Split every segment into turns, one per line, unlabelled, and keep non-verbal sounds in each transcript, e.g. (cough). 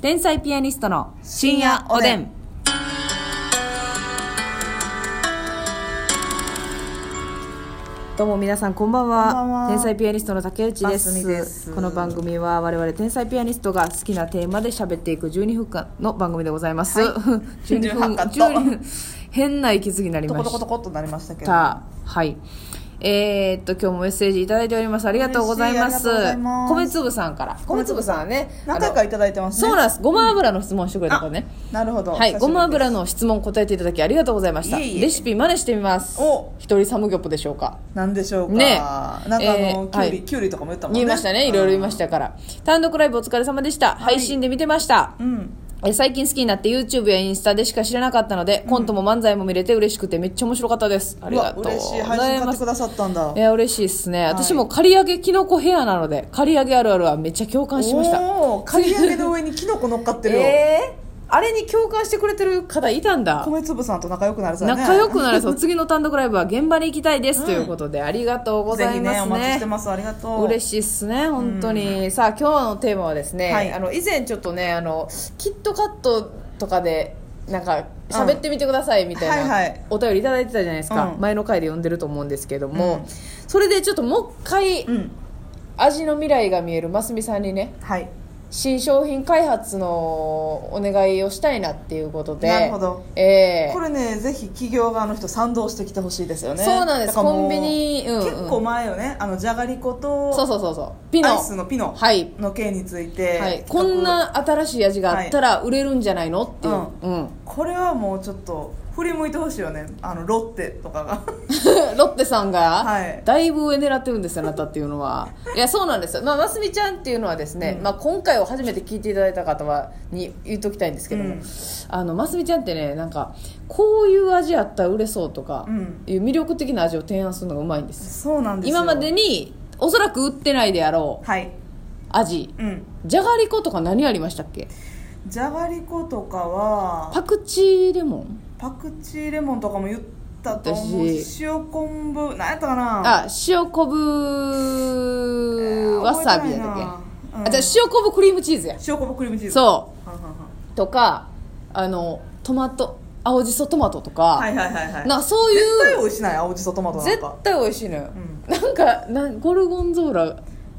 天才ピアニストの深夜おでん。どうも皆さんこんばんは
こんばんは
天才ピアニストの竹内です
ますみです
この番組は我々天才ピアニストが好きなテーマで喋っていく12分間の番組でございます、
はい
(laughs) 12
18
分
カット
12分変な息継ぎになり
ト
ま
コ
し
ト
た
コトコっとなりましたけど
たはいえーっと今日もメッセージいただいておりますありがとうございます
嬉しいありがとうございます
米粒さんから米粒さんはね
何回
あ
かいただいてま
の
すね
そうなんですごま油の質問してくれたからね
なるほど
はいごま油
の
の質問答えていただきありがとうございました
いえいえ
レシピ真似してみます
お
一人サムギョプでしょうか
なんでしょうか
ね
なんかあの
えー
キュウ
は
リ
い
キュウリとかも言ったもんね
言いましたねいろいろ言いましたから単独ライブお疲れ様でした配信で見てました
うん
え最近好きになって YouTube やインスタでしか知らなかったのでコントも漫才も見れて嬉しくてめっちゃ面白かったですありがとうご
わ
ざい
嬉
ます
しい配信買ってくださったんだ
いや嬉しいですね、
い
私も刈り上げきのこヘアなので刈り上げあるあるはめっちゃ共感しました
おー刈り上げの上にキノコ乗っかってるよ、
(laughs) えーあれに共感してくれてる方いたんだ
米粒さんと仲良くなるさね
仲良くなれそう次の単独ライブは現場に行きたいです、ということでありがとうご
ぜ
ざい
ひ
ます
ね
ね
お待ちしてますありがとう
嬉しいっすね本当に、さあ今日のテーマはですね、
はい
あの以前ちょっとねあのキットカットとかでなんか喋ってみてくださいみたいな、
うんはいはい
お便りいただいてたじゃないですか、
うん
前の回で読んでると思うんですけども、
うん
それでちょっともう一回、
うん
味の未来が見えるますみさんにね
はい
新商品開発のお願いをしたいなっていうことで
なるほど
ええ
これねぜひ企業側の人賛同してきてほしいですよね
そうなんです
だからも
コ
う
ンビニうんうん
結構前よねあのじゃがりこと
そうそうそうそうピノ
アイスのピノ
はい
の件について、
はい、こんな新しい味があったら売れるんじゃないのっていう、
う
うん (laughs)
これはもうちょっと振り向いてほしいよねあのロッテとか
(laughs)
が
ロッテさん
は
が
い
だいぶ上狙ってるんですよあなたっていうの
(laughs)
はいやそうなんですよ、まあ、ますみちゃんっていうのはですね、まあ、今回を初めて聞いていただいた方はに言っときたいんですけども、
うん
あのますみちゃんってねなんかこういう味あったら売れそうとか
うん
いう魅力的な味を提案するのがうまいんですよ
そうなんですよ
今までにおそらく売ってないであろう
はい
味
うん
じゃがりことか何ありましたっけ
じゃがりことかは
パクチーレモン
パクチーレモンとかも言ったと思う
私
塩昆布なんやったかな
あ塩昆布わさびやったっけ、
っ
あじゃあ塩昆布クリームチーズや
塩昆布クリームチーズう
そ
はんはんはん
うとかあのトマト青じそトマトとか、
はいはいはいはい
なんかそう
絶対
いう
美味しない青じそトマトなん
絶
か
対美味しいのよ、なんかなんゴルゴンゾーラ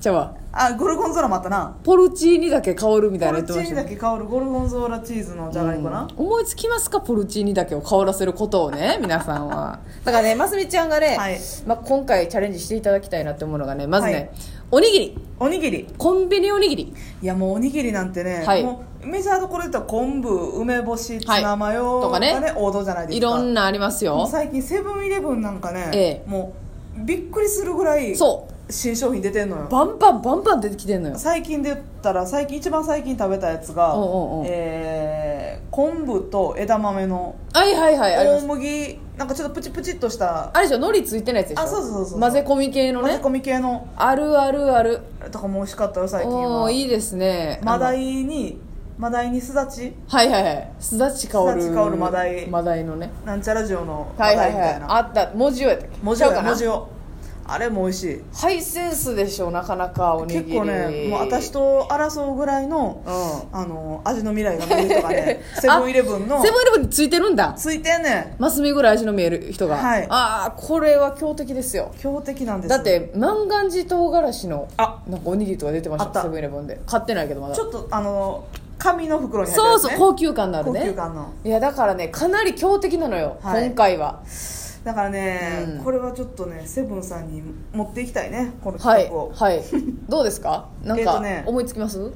ちゃうわ
あゴルゴンゾーラもあったな
ポルチーニだけ香るみた
ポ
いな
ル
言って
チ
まし
ー
た
ニだ
ね
け香るゴルゴンゾーラチーズのじゃがりこな、
思いつきますかポルチーニだけを香らせることを (laughs) ね皆さんはだからねますみちゃんがね、
はい
まあ、今回チャレンジしていただきたいなって思うのがねまずね、
はい
おにぎり
おにぎり
コンビニおにぎり
いやもうおにぎりなんてね、
はい
もうメジャーどころで言ったら昆布梅干しツナマヨ
とか
がね,、
ね
王道じゃないですか
いろんなあります
もう
よ
最近セブンイレブンなんかね、
ええ
もうびっくりするぐらい
そ
新商品出てんの
う
よ
バンバンバンバン出てきてんのよ
最近で言ったら最近一番最近食べたやつが、
おうおうおう
えー昆布と枝豆の
はいはいはいありま
大
す
麦なんかちょっとプチプチっとした
あれでしょ海苔ついてないやつでしょ
あそうそうそうそう
混ぜ込み系の
混ぜ
ね
込み系の
あるあるある
とかも美味しかったよ最近
おお
は
ーいいですね
マダ
あの
イにマダイにすだち
はいはいはいすだち香る
すだち香るマダイ
マダイのね
なんちゃら塩のマ
はいは
ダイ
い
み
はい
たいな、
あった文字をやったっけ
文字
ちゃ
を
うかな
文字をあれも美味しい
ハイセンスでしょなかなかおにぎ
結
り
構ねもう私と争うぐらいの
う、ん
あの味の未来が見えるとか
(laughs)
ねセブンイレブンの
セブンイレブンについてるんだ
ついてんね
マスミぐらい味の見える人が、
はい
ああこれは強敵ですよ
ん強敵なんです
だって万願寺唐辛子の
あ
なんかおにぎりとか出てまし
あったた
セブンイレブンで買ってないけどまだ
ちょっとあの紙の袋に入ってる
そ
や
う
つね
そう高級感のあるね
高級感の
いやだからねかなり強敵なのよ、
はい
今回は
だからね、
うん
これはちょっとねセブンさんに持っていきたいねこ
は
の企
い
画を、
はいどうです
(laughs)
かなん
えっ
か
とね
思いつきます、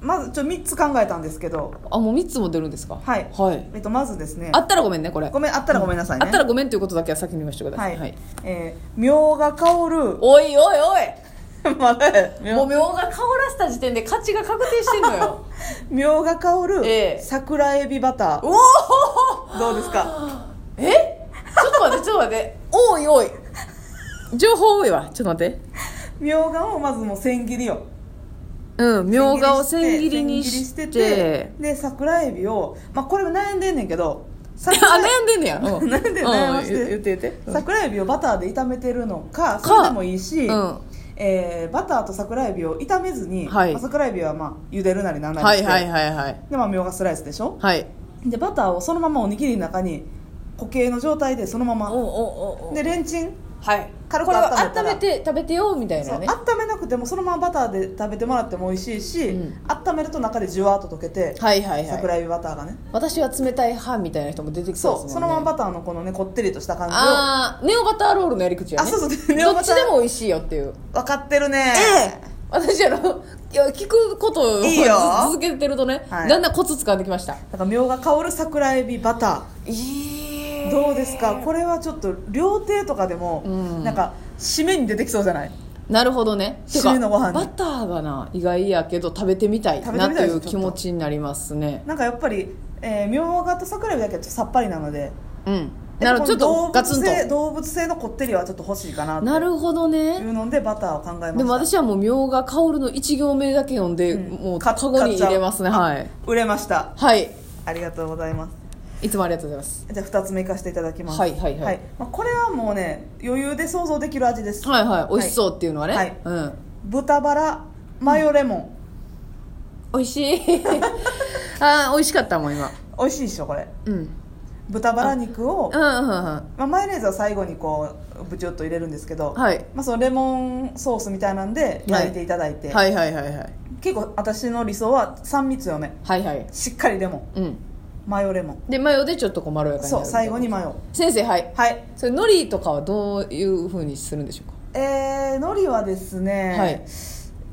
まずちょっと3つ考えたんですけど、
あもう3つも出るんですか
はい
はい
えっと、まずですね
あったらごめんねこれ
ごめんあったらごめんなさいね、
あったらごめんということだけは先に言わせてくださ、
はいい、えーみょうが香る (laughs)
おいおいお
まだやみ
い
ょう
もうみょうが香らせた時点で価値が確定してんの
(laughs)
よ
みょうが香る、
ええ
桜エビバター
おお
どうですか
えちょっと待ってちょっと待っておいおい情報多いわちょっと待って
みょうがをまずもう千切りよ
うんみょうがを千切りにして
千切りしてで桜エビを、まあ、これも悩んでんねんけど
(laughs) あ
桜
悩んでんね
(laughs)
や、うん、
悩んでん悩まして
うん言って言って
桜エビをバターで炒めてるのか
か
それでもいいし、
うん
えーバターと桜えびを炒めずに、
はい
まあ桜えびはまあ茹でるなりなんな
は
り
い
して、
はいはいはい
でまあみょうがスライスでしょ
はい
でバターをそのままおにぎりの中に固形の状態でそのま
お
ま
おおお
でレンチン
はい
軽く
これは
温めた
温
ら
めて食べてよみたい
そう
なね
温めなくてもそのままバターで食べてもらっても美味しいし、
うん
温めると中でじゅわっと溶けて、
はいはいは
桜
い
えびバターがね
私は冷たい派みたいな人も出てきそう
そう
ですもんね
そのままバターのこのねこってりとした感じを
ああネオバターロールのやり口やね
あそうそうネオ
ど
バ
っ
ター
ちでも美味しいよっていう
分かってるね
私あのいや聞くことを
いいよ
(laughs) 続けてるとね、
はい
だんだんコツ掴んできました
だからみょうが香る桜えびバタ
い
ーどうですかこれはちょっと料亭とかでも、
うん
なんか締めに出てきそうじゃない
なるほどねて
締
か
めのご飯に
バターがな意外やけど食べてみたい
食べて
な
み
と
た
い
いです
う気持ちになりますね
なんかやっぱりえーみょうがと桜えびだけはちょっとさっぱりなので
うんなるほどち
でも
ょっと
この
ガツン
動物性
と
動物性のこってりはちょっと欲しいかなって
なるほど
い
ね
うのでバターを考え
で
ま
も
した
私はもうみょうが香るの1行目だけ読んで、
うん
もう
買
カ
っ
ゴに入れますねはい
売れました
はい
ありがとうございます
いつもありがとうございます
じゃあ2つ目いかせていただきます
はいはいはい
まあ、これはもうね余裕で想像できる味です、
はいはい美味しそうっていうのはね、
はい
うん
豚バラマヨレモン、
美味しい (laughs) あー美味しかったもん今
美味しいでしょこれ
うんうん
豚バラ肉を
うんうん
まあ、マヨネーズは最後にこうブチュッと入れるんですけど、
はい
まあ、そのレモンソースみたいなんで
はい
焼いていただいて、
はいはいはいはい
結構私の理想は酸味強め
はいはい
しっかりレモ
う
ン
んマ
マヨレモン
でマヨでちょっとこうまろやかになる
そう最後にマヨ
先生はい
はい
それ海苔とかはどういうふうにするんでしょう
えー、のりはです
か、
ね、
はい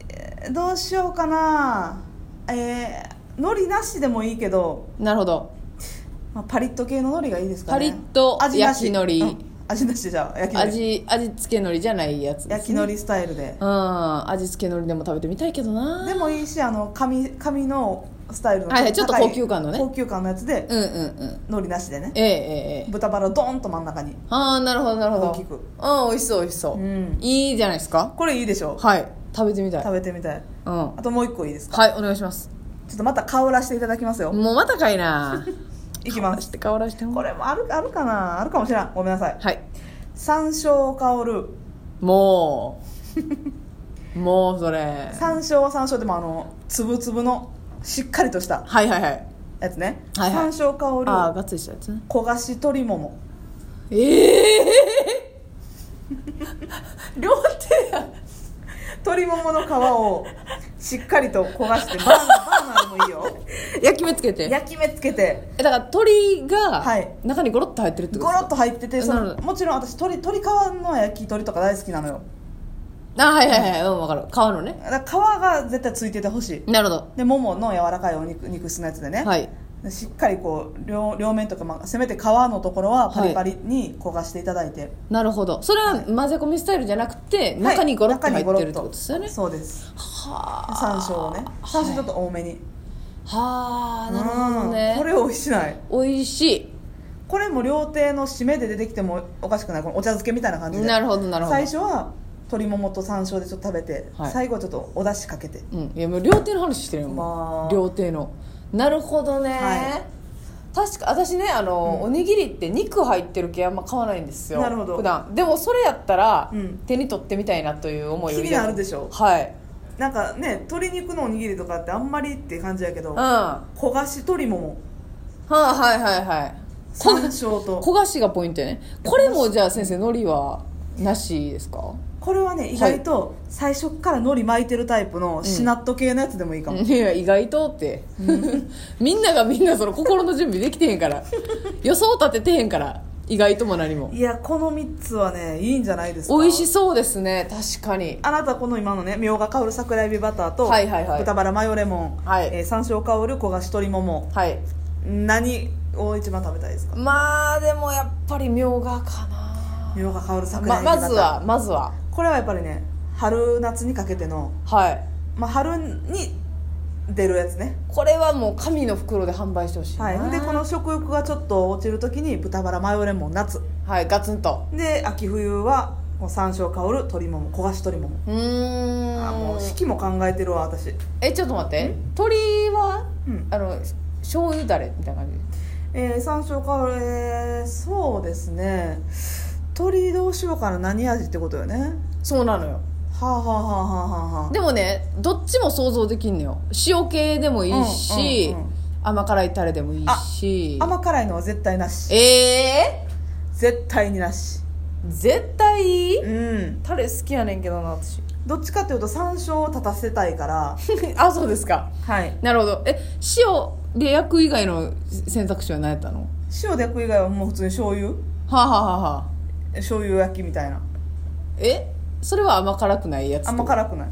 えーどうしようかなえー、のりなしでもいいけど、
なるほど
まあ、パリッと系ののりがいいですかね
パリッと
味なし
焼きのり
うん味なしじゃあ焼きのり
味味付け海苔じゃないやつです、ね、
焼きのりスタイルで
うん味付け海苔でも食べてみたいけどな
でもいいしあの紙紙のスタイルの
はいはいちょっと
高い
高級感のね
高級感のやつで
うんうんうん
海苔なしでね
ええええええ
豚バラドーンと真ん中に
ああなるほどなるほど
大きく
うん美味しそう美味しそう、
うん
いいじゃないですか
これいいでしょう
はい食べてみたい
食べてみたい
うんは
あともう一個いいですか
いお願いします
ちょっとまた香らしていただきますよ
もうまたかいな
いきます
して顔出して
こ
も
れもあるあるかなあるかもしれんごめんなさい
はい
山椒香る
も
(laughs)
うもうそれ
山椒は山椒でもあの粒々のしっかりとした
はいはいはい
やつね、
はいはい
山椒
ああ
香る
がっつりしたやつね
焦がし鶏もも
ええ (laughs) 両手や
鶏ももの皮をしっかりと焦がしてバーナーバーナーでもいいよ
焼き目つけて
焼き目つけて
えだから鶏が
はい
中にゴロッと入ってるってこ
ゴ
と
ロッと入っててそ
なる
の
ほど
もちろん私鶏鶏皮の焼き鳥とか大好きなのよ
あはいはいはいうん分かる皮のね
だから皮が絶対ついててほしい
なるほ
でももの柔らかいお肉肉質のやつでね、
どはい
でしっかりこう両両面とか、まあ、せめて皮のところはパリパリに焦がしていただいて、
なるほどそれは混ぜ込みスタイルじゃなくて
はい
中にゴロッと入
中にゴ
って
ロ
るってことですよね
そうです
は
山椒をね山椒ちょっと多めに、
はあなるほどね
うんこれ美味しない
美味し
これも料亭の締めで出てきてもおかしくないこのお茶漬けみたいな感
い
じで
なるほどなるほど
最初は鶏ももと山椒でちょっと食べて、
はい
最後はちょっとお出汁かけて
うんいやもう料亭の話してるよ、
ま
も
あ
う料亭のなるほどね、
は
確か私ねあの、おにぎりって肉入ってる系あんま買わないんですよ
なるほど
普段でもそれやったら、
うん
手に取ってみたいなという思い
気になるでしょ
はい
なんかね鶏肉のおにぎりとかってあんまりって感じやけど
うんは
焦がし鶏もも
あ、はいはいはい
山
こ
椒と
焦がしがポイントやねこれもじゃあ先生海苔はなしですか
これはね意外と最初から海苔巻いてるタイプのしなっと系のやつでもいいかも、
いや意外とって (laughs) みんながみんなその心の準備できてへんから予想立ててへんから意外とも何も
いやこの3つはねいいんじゃないですか
美味しそうですね確かに
あなたこの今のねみょうが香る桜えびバターと、
はいはいはい
豚バラマヨレモン、
はい
えー山椒香る焦がし鶏もも
はい
何を一番食べたいですか
まあでもやっぱりみょうがかな
みょうが香る桜え
ま
び
ま
バター、
ずはまずは
これはやっぱりね春夏にかけての、
はい
まあ、春に出るやつね
これはもう紙の袋で販売してほしいな
はいでこの食欲がちょっと落ちる時に豚バラマヨレモン夏
はいガツンと
で秋冬はもう山椒香る鶏もも焦がし鶏もも
うーん
あもう四季も考えてるわ私
えちょっと待って鶏は、
うん
あの醤油だれみたいな感じ
えー、山椒香る、えーそうですね鶏どうしようかな何味ってことよね
そうなのよ
はあはあはあはあはあはあ
でもねどっちも想像できんのよ塩系でもいいし、
うんうんうん
甘辛いタレでもいいし
甘辛いのは絶対なし
え
絶対になし
ー、絶対
うん
タレ好きやねんけどな私
どっちかっていうと山椒を立たせたいから
(laughs) あそうですか
はい
なるほどえ塩で焼く以外の選択肢は何やったのは
塩で焼く以外はもう普通に醤油
あ、はあはあはあ、
醤油焼きみたいな
えそれは甘辛くないやつ
甘辛くない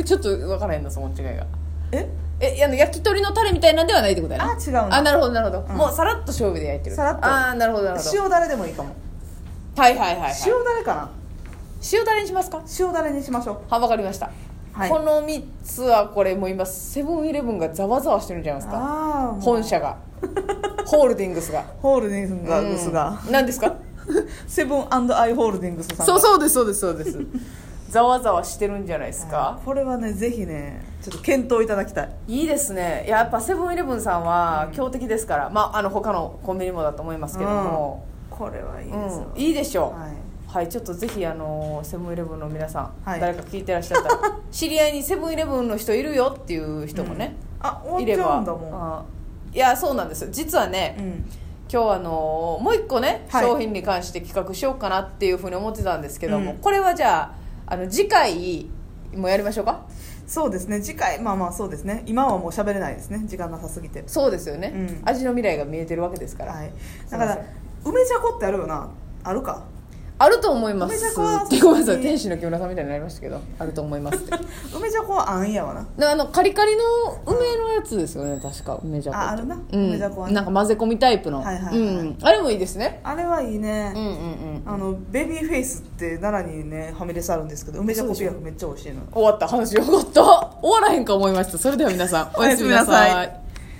い (laughs) ちょっと分からへんなその違いが
え
えあの焼き鳥のタレみたいなんではないってことやな
あ違うの
あなるほどなるほど、
うん
もうさらっと醤油で焼いてる
さらっと
ああなるほどなるほど
塩だれでもいいかも
はいはいはい、はい、
塩だれかな
塩だれにしますか
塩だれにしましょ
は分かりました、
はい
この3つはこれもう今セブンイレブンがざわざわしてるんじゃないうですか
ああ
本
(laughs)
社がホールディングスが
ホールディング
うん
スが、
何ですか
セブンアイ・ホールディングスさんが
そうそうですそうですそうです (laughs) ざわざわしてるんじゃないですか、
これはねぜひねちょっと検討いただきたい
いいですねやっぱセブンイレブンさんは強敵ですから、まああの他のコンビニもだと思いますけども、
これはいいで
う
す
ん
よ、
いいでしょう、
はい
はい、ちょっとぜひあのーセブンイレブンの皆さん、
はい
誰か聞いてらっしゃった (laughs) ら知り合いにセブンイレブンの人いるよっていう人もね、
あ終
いれ
わっちゃ
ば
うんだもん
あーいやそうなんです実はね、
うん
今日あのーもう一個ね、
はい
商品に関して企画しようかなっていうふうに思ってたんですけども、
うん
これはじゃああの次回もやりましょうか
そうですね次回まあまあそうですね今はもう喋れないですね時間なさすぎて
そうですよね、
うん
味の未来が見えてるわけですから、
はい
すい
だ
ま
か
せん
ら梅じゃこってあるよなあるか
あると思います
梅沢は
ってごめんなさい
うん
天使の木村さんみたいになりましたけどあると思い (laughs) ますって
梅じゃこはあんやわな
であのカリカリの梅のやつですよね確か梅じゃこって
ああるな
うん、
梅じゃこはね
なんか混ぜ込みタイプの、
はいはいはい
うん、あれもいいですね
あれはいいね、
うんうんうん
あのベビーフェイスって奈良にねファミレスあるんですけど梅じゃこピラフめっちゃ美味しいの
(laughs) 終わった話よかった終わらへんか思いましたそれでは皆さんおやすみな
おやすみな
さ
さ
い